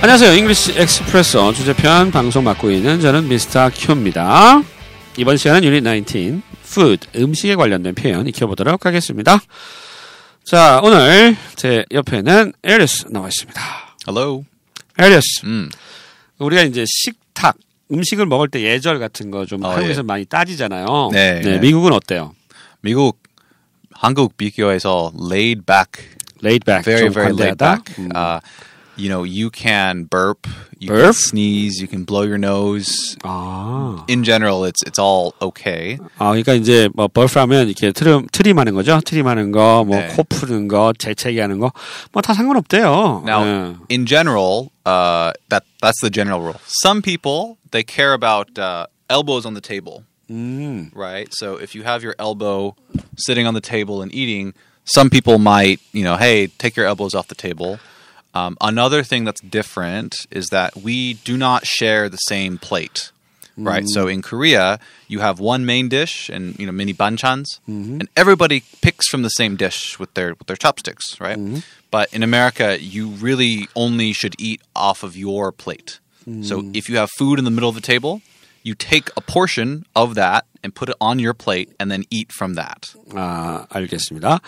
안녕하세요. 잉글리시 엑스프레소 주제편 방송 맡고 있는 저는 미스터 큐입니다. 이번 시간은 유닛 19 푸드 음식에 관련된 표현 익혀보도록 하겠습니다. 자 오늘 제 옆에는 에리스 나와 있습니다. Hello. 에리스 음. 우리가 이제 식탁 음식을 먹을 때 예절 같은 거 좀 어, 한국에서 예. 많이 따지잖아요. 네, 네. 미국은 어때요? 미국 한국 비교에서 laid back, laid back very 좀 very laid 관대하다. back. 음. Uh, you know, you can burp, you can Burp? sneeze, you can blow your nose. 아. In general, it's it's all okay. 아, 그러니까 이제 뭐 벌프하면 이렇게 트림 트림하는 거죠. 트림하는 거, 뭐 네. 코 푸는 거, 재채기하는 거, 뭐 다 상관없대요. Now, 예. in general, uh, that that's the general rule. Some people they care about uh, elbows on the table, 음, right? So if you have your elbow sitting on the table and eating, some people might, you know, hey, take your elbows off the table. Um, another thing that's different is that we do not share the same plate, right? So in Korea, you have one main dish and you know mini banchans, and everybody picks from the same dish with their with their chopsticks, right? But in America, you really only should eat off of your plate. So if you have food in the middle of the table, you take a portion of that and put it on your plate and then eat from that. 아, 알겠습니다.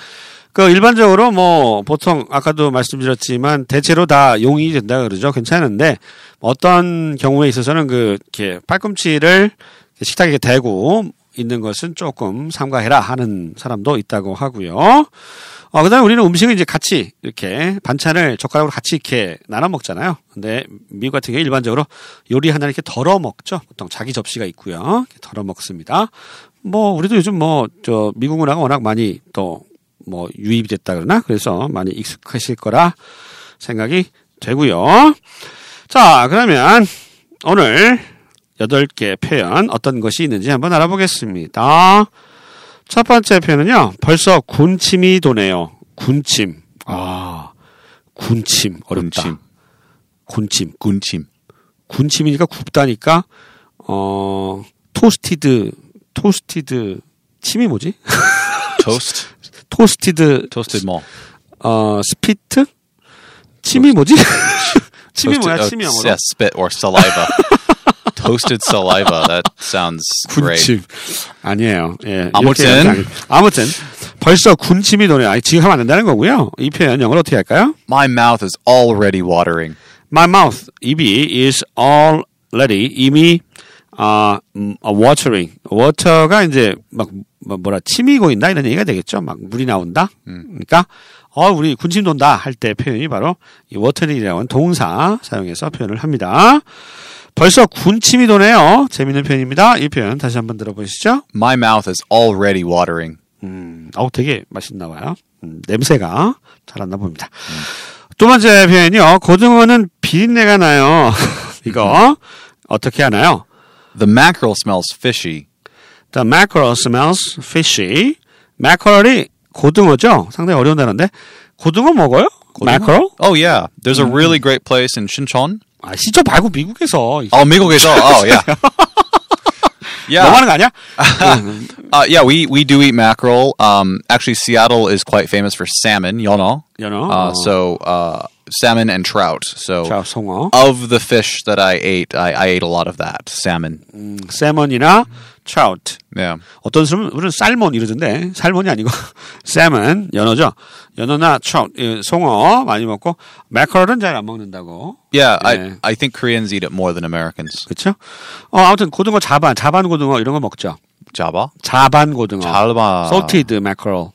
그 일반적으로 뭐 보통 아까도 말씀드렸지만 대체로 다 용이 된다 그러죠. 괜찮은데 어떤 경우에 있어서는 그 이렇게 팔꿈치를 식탁에 대고 있는 것은 조금 삼가해라 하는 사람도 있다고 하고요. 어, 그다음에 우리는 음식을 이제 같이 이렇게 반찬을 젓가락으로 같이 이렇게 나눠 먹잖아요. 근데 미국 같은 경우 일반적으로 요리 하나를 이렇게 덜어 먹죠. 보통 자기 접시가 있고요. 이렇게 덜어 먹습니다. 뭐 우리도 요즘 뭐 저 미국 문화가 워낙 많이 또 뭐 유입이 됐다 그러나 그래서 많이 익숙하실 거라 생각이 되고요. 자, 그러면 오늘 여덟 개 표현 어떤 것이 있는지 한번 알아보겠습니다. 첫 번째 표현은요. 벌써 군침이 도네요. 군침. 아. 군침 어렵다. 군침. 군침. 군침. 군침. 군침이니까 굽다니까 어 토스티드 토스티드 침이 뭐지? Toast. 토스티드 Toasted mall. 어 스피트 침이 뭐지? 침이 Toasted- 뭐야? oh, 침이 영어로 Yeah, spit or saliva. Toasted saliva. That sounds great. 군침 아니에요. 예, 아무튼. 이렇게 하는 게 아니- 아무튼 벌써 군침이 도네. 아니 지금 하면 안 된다는 거고요. 이 표현 영어로 어떻게 할까요? My mouth is already watering. My mouth 입이 is already 이미 아 음, 아, watering water가 이제 막 뭐- 뭐라 침이 고인다 이런 얘기가 되겠죠. 막 물이 나온다. 그러니까 어 우리 군침 돈다 할 때 표현이 바로 이 watering이라고 하는 동사 사용해서 표현을 합니다. 벌써 군침이 도네요. 재밌는 표현입니다. 이 표현 다시 한번 들어보시죠. My mouth is already watering. 음, 어우 되게 맛있나 봐요. 음, 냄새가 잘 안 나 봅니다. 두 번째 표현이요. 고등어는 비린내가 나요. 이거 어떻게 하나요? The mackerel smells fishy. The mackerel smells fishy. mackerel이 고등어죠. 상당히 어려운 단어인데 고등어 먹어요? mackerel? Oh yeah, there's a really great place in Sinchon. 아, 시저 말고 미국에서 Oh, 미국에서. Oh yeah. 너무 Yeah, 하는 거 아니야? uh, yeah. We we do eat mackerel. Um, actually, Seattle is quite famous for salmon. Y'all know. 연어. Uh, so uh, salmon and trout. So 자, 송어. 음, of the fish that I ate, I, I ate a lot of that salmon. 음, 세먼이나 trout. Yeah. 어떤 사람은 살몬 이러던데 살몬이 아니고 쌤은 연어죠. 연어나 초, 송어 많이 먹고 맥커럴은 잘 안 먹는다고. Yeah. Yeah, I I think Koreans eat it more than Americans. 그렇죠? 어, 아무튼 고등어 자반, 자반 고등어 이런 거 먹죠. Java, 자반 고등어. Java. salted mackerel.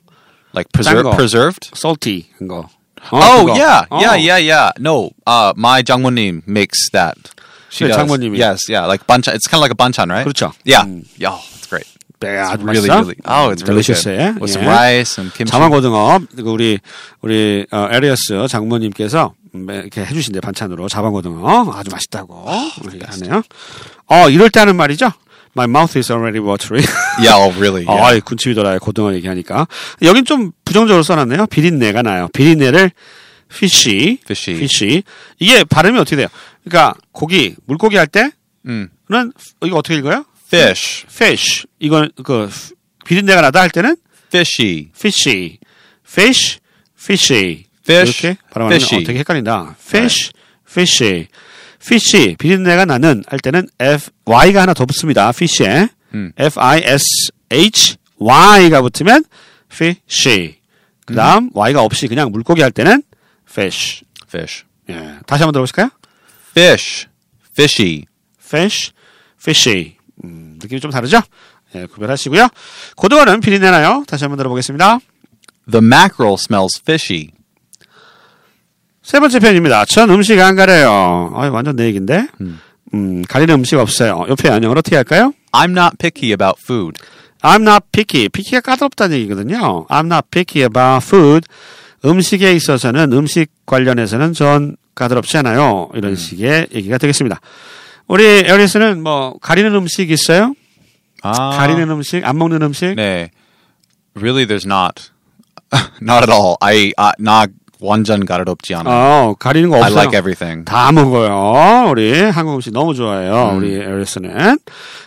like preser- Tango. preserved. salty 한 거. 어, Oh 그거. yeah, 어. yeah, yeah, yeah. No, uh, my 장모님 makes that. She 그래, does. 장모님이. Yes, yeah, like banchan. It's kind of like a banchan, right? 그렇죠. Yeah, yeah, oh, it's great. 네, 아주 really, 맛있어? really. Oh, it's really good. Delicious요. With some 예. rice and kimchi. 자만 고등어 그 우리 우리 어, 에리어스 장모님께서 음, 이렇게 해주신대 반찬으로 자반 고등어 아주 맛있다고 이렇게 하네요. 어 이럴 때 하는 말이죠. My mouth is already watering. Yeah, oh, really? Yeah. 아이 군침이 돌아요 고등어 얘기하니까 여긴 좀 부정적으로 써놨네요. 비린내가 나요. 비린내를 fishy, Fishy. fishy. 이게 발음이 어떻게 돼요? 그러니까 고기 물고기 할 때는 음. 이거 어떻게 읽어요? Mm. Fish, fish. 이건 그 비린내가 나다 할 때는 fishy. fishy, fish, fishy. Fish, 이렇게 발음하면 fishy. 네. 어, 되게 헷갈린다. fish, fishy. fishy 비린내가 나는 할 때는 f y가 하나 더 붙습니다. fish에 음. f i s h y가 붙으면 fishy. 그다음 y가 없이 그냥 물고기 할 때는 fish. Fish. 예. 다시 한번 들어보실까요? Fish. Fishy. fish, fishy. 음, 느낌이 좀 다르죠? 예, 구별하시고요. 고등어는 비린내나요? 다시 한번 들어보겠습니다. The mackerel smells fishy. 세 번째 편입니다. 전 음식 안 가려요. 아, 완전 내 얘기인데. 음, 가리는 음식 없어요. 옆에 안녕을 어떻게 할까요? I'm not picky about food. I'm not picky. picky가 까다롭다는 얘기거든요. I'm not picky about food. 음식에 있어서는 음식 관련해서는 전 까다롭지 않아요. 음. 이런 식의 얘기가 되겠습니다. 우리 에어리스는 뭐 가리는 음식 있어요? Ah, 가리는 음식, 안 먹는 음식? nay. Really, there's not. not at all. I, uh, not 완전 가르롭지 않아. 어, 가리는 거 I 없어요. like everything. 다 먹어요. 우리 한국 음식 너무 좋아해요. 우리 에리스는.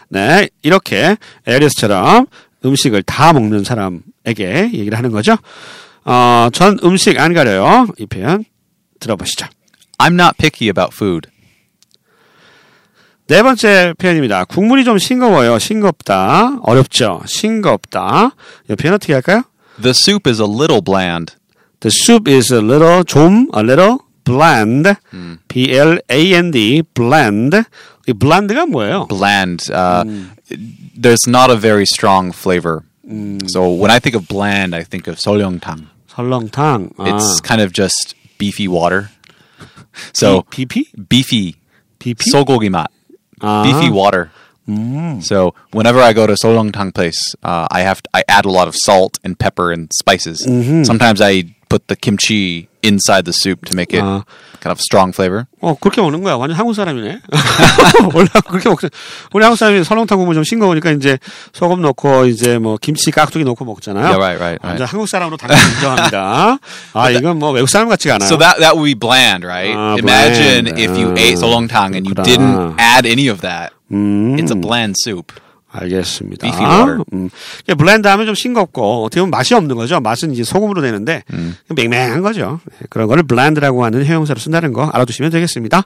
네, 이렇게 에리스처럼 음식을 다 먹는 사람에게 얘기를 하는 거죠. 어, 전 음식 안 가려요. 이 표현 들어보시죠. I'm not picky about food. 네 번째 표현입니다. 국물이 좀 싱거워요. 싱겁다. 어렵죠. 싱겁다. 이 표현 어떻게 할까요? The soup is a little bland. The soup is a little 좀 a little bland. B L A N D bland. 이 bland가 뭐예요? Bland. Uh, There's not a very strong flavor. So when I think of bland, I think of solyeongtang. 설렁탕. 아. It's kind of just beefy water. So BP? beefy, BP? 어. 소고기 mat, Ah. Mm. beefy water. So whenever I go to solyeongtang place, uh, I have I add a lot of salt and pepper and spices. Mm-hmm. Sometimes I put the kimchi inside the soup to make it Ah. kind of strong flavor. 어, 그렇게 먹는 거야. 완전 한국 사람이네. 원래 그렇게 먹 우리 한국 사람이 설렁탕 국물 좀 싱거우니까 이제 소금 넣고 이제 뭐 김치 깍두기 넣고 먹잖아요. Yeah, right, right, 완전 right. 한국 사람으로 당연히 인정합니다. 아, 이건 뭐 외국 사람 같지가 않아요. So that that would be bland, right? Ah, Imagine bland. if you Ah, Mm. ate solyeongtang and you 그렇구나. didn't add any of that. 음, It's a bland soup. 알겠습니다. beefy water. 음. 이게 블렌드 하면 좀 싱겁고 어떻게 보면 맛이 없는 거죠. 맛은 이제 소금으로 내는데 음. 맹맹한 거죠. 네, 그런 거를 블렌드라고 하는 형용사로 쓴다는 거 알아두시면 되겠습니다.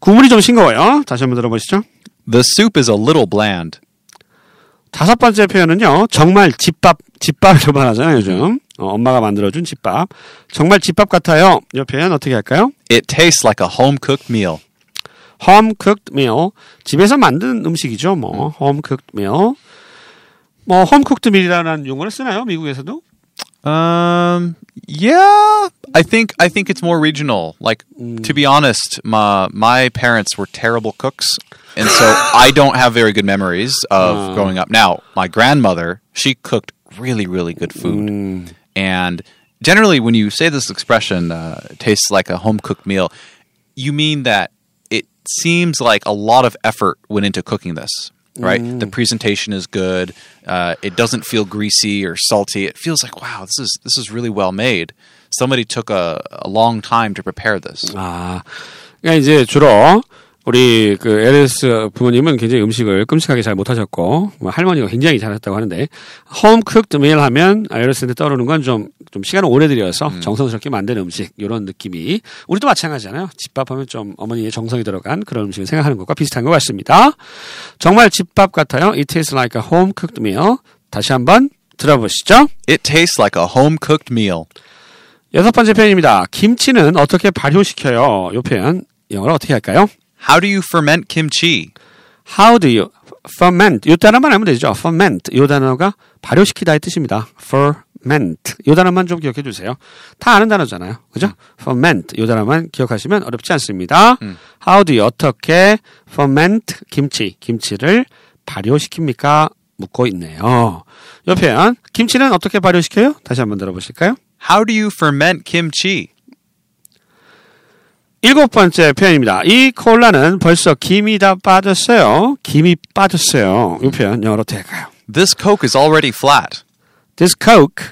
국물이 좀 싱거워요. 다시 한번 들어보시죠. The soup is a little bland. 다섯 번째 표현은요. 정말 집밥, 집밥이라고 말하잖아요, 요즘. 어, 엄마가 만들어준 집밥. 정말 집밥 같아요. 이 표현 어떻게 할까요? It tastes like a home cooked meal. home cooked meal. 집에서 만든 음식이죠, 뭐. home cooked meal. 뭐, home cooked meal이라는 용어를 쓰나요? 미국에서도? Um. Yeah, I think I think it's more regional. Like to be honest, my my parents were terrible cooks, and so I don't have very good memories of growing up. Now, my grandmother she cooked really really good food, and generally when you say this expression uh, tastes like a home cooked meal, you mean that it seems like a lot of effort went into cooking this right the presentation is good uh, it doesn't feel greasy or salty it feels like wow this is this is really well made somebody took a, a long time to prepare this 아, 그러니까 이제 주로 우리 그 LS 부모님은 굉장히 음식을 끔찍하게 잘 못하셨고 뭐 할머니가 굉장히 잘했다고 하는데 홈 쿡드 메일 하면 LS한테 떠오르는 건 좀 좀 시간을 오래 들여서 정성스럽게 만든 음식 이런 느낌이 우리도 마찬가지잖아요. 집밥하면 좀 어머니의 정성이 들어간 그런 음식을 생각하는 것과 비슷한 것 같습니다. 정말 집밥 같아요. It tastes like a home cooked meal. 다시 한번 들어보시죠. it tastes like a home cooked meal 여섯 번째 표현입니다. 김치는 어떻게 발효시켜요? 이 표현 영어로 어떻게 할까요? how do you ferment kimchi How do you ferment? 요 단어만 알면 되죠. ferment. 요 단어가 발효시키다의 뜻입니다. ferment. 요 단어만 좀 기억해 주세요. 다 아는 단어잖아요. 그죠? ferment. 요 단어만 기억하시면 어렵지 않습니다. How do you 어떻게 ferment 김치, 김치를 발효시킵니까? 묻고 있네요. 요 표현. 김치는 어떻게 발효시켜요? 다시 한번 들어보실까요? how do you ferment kimchi 일곱 번째 표현입니다. 이 콜라는 벌써 김이 다 빠졌어요. 김이 빠졌어요. 요 표현 영어로 어떻게 할까요? this coke is already flat This coke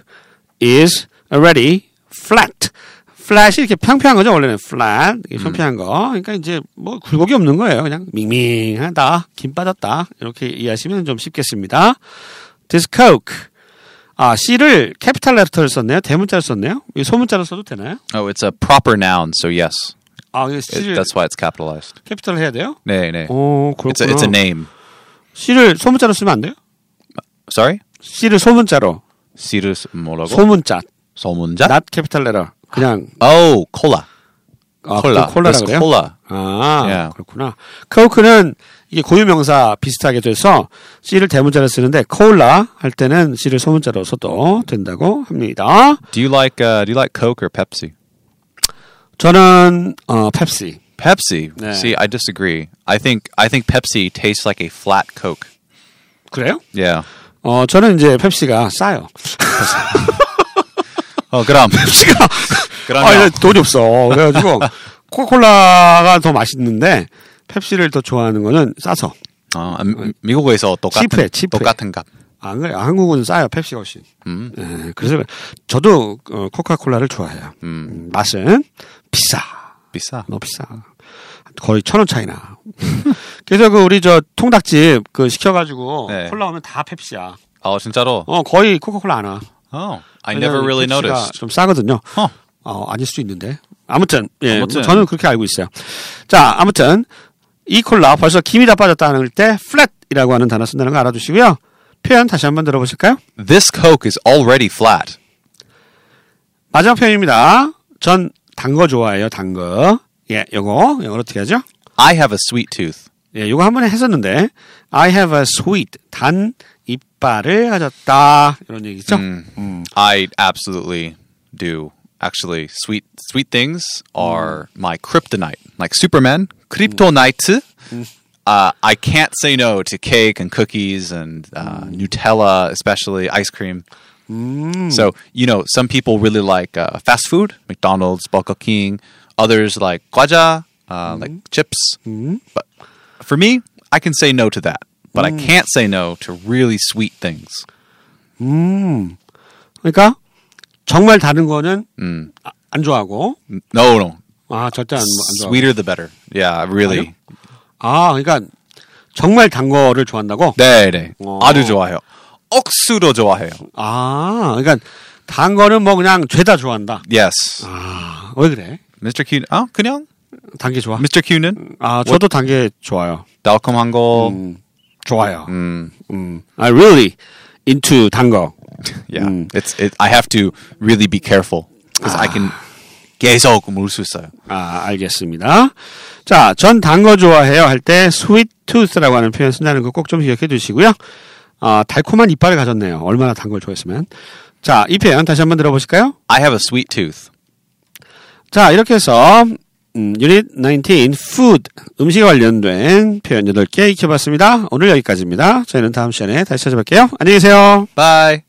is already flat. flat이 이렇게 평평한 거죠. 원래는 flat. 음. 이게 평평한 거. 그러니까 이제 뭐 굴곡이 없는 거예요. 그냥 밍밍하다. 김 빠졌다. 이렇게 이해하시면 좀 쉽겠습니다. This coke. 아, C를 캐피탈 레터를 썼네요. 대문자를 썼네요. 이 소문자로 써도 되나요? oh it's a proper noun so yes 아, 이게 It- 씨를 that's why it's capitalized. 캐피탈 해야 돼요? 네, 네. 오, 그렇구나. It's a, it's a name. 씨를 소문자로 쓰면 안 돼요? Sorry? 씨를 소문자로. Sirius 뭐라고? 소문자. 소문자? not capital letter. 그냥 Oh, cola. 아, 콜라. 그 콜라라 That's 그래요? cola. 아, Yeah. 그렇구나. 코크는 이게 고유 명사 비슷하게 돼서 C를 대문자로 쓰는데 콜라 할 때는 C를 소문자로 써도 된다고 합니다. Do you like uh, do you like Coke or Pepsi? 저는 어, 펩시. Pepsi. Yeah. See, I disagree. I think I think Pepsi tastes like a flat Coke. 그래요? Yeah. 어, 저는 이제 펩시가 싸요. Oh, 그럼. 펩시가 그럼요. 아, 이제 돈이 없어. 그래가지고 코카콜라가 더 맛있는데 펩시를 더 좋아하는 거는 싸서. 어, 아, 미- 미국에서 똑같은 칩해, 칩해. 똑같은 값. 안 아, 그래. 한국은 싸요. 펩시가 훨씬. 음. 예, 그래서 저도 어, 코카콜라를 좋아해요. 음, 맛은 비싸. 비싸. 너무 비싸. 거의 천 원 차이나. 그래서 그 우리 저 통닭집 그 시켜가지고 네. 콜라 오면 다 펩시야. 아, 진짜로. 어 거의 코카콜라 안 와. Oh, I 왜냐면 never really 펩시가 noticed. 좀 싸거든요. Huh. 어 아닐 수도 있는데. 아무튼 예, 아무튼. 뭐 저는 그렇게 알고 있어요. 자 아무튼 이 콜라 벌써 김이 다 빠졌다는 때 flat이라고 하는 단어 쓴다는 거 알아두시고요. 표현 다시 한번 들어보실까요? This Coke is already flat. 마지막 표현입니다. 전 단 거 좋아해요. 단 거. 예, 요거 영어로 어떻게 하죠? I have a sweet tooth. 예, 요거 한 번에 했었는데 I have a sweet 단 이빨을 가졌다 이런 얘기죠. 음. Mm. I absolutely do. Actually, sweet sweet things are my kryptonite. Like Superman, kryptonite. Uh, I can't say no to cake and cookies and uh, Nutella, especially ice cream. So you know, some people really like uh, fast food, McDonald's, Burger King. Others like guaja, uh, like chips. But for me, I can say no to that. But I can't say no to really sweet things. 그러니까 정말 다른 거는 음. 아, 안 좋아하고 No, no, 아 절대 안, 안 좋아하고 sweeter the better. Yeah, really. 아 그러니까 정말 단 거를 좋아한다고 네, 네. 어. 아주 좋아해요. 억수로 좋아해요. 아 그러니까 단 거는 뭐 그냥 죄다 좋아한다. Yes. 아 왜 그래? Mr. Cunin. 아, 그냥 단 게 좋아? Mr. Cunin. 아 저도 단 게 좋아요. 달콤한 거. 좋아요. 음. I really into 단 거. Yeah. It's it, I have to really be careful cuz I can 계속 물수 있어요. 아, 알겠습니다. 자, 전 단 거 좋아해요 할 때 sweet tooth라고 하는 표현 쓴다는 거 꼭 좀 기억해 두시고요. 아, 달콤한 이빨을 가졌네요. 얼마나 단 걸 좋아했으면. 자, 이 표현 다시 한번 들어보실까요? I have a sweet tooth. 자, 이렇게 해서 음, 유닛 19 food 음식 에 관련된 표현 8개 익혀봤습니다. 오늘 여기까지입니다. 저희는 다음 시간에 다시 찾아뵐게요. 안녕히 계세요. Bye.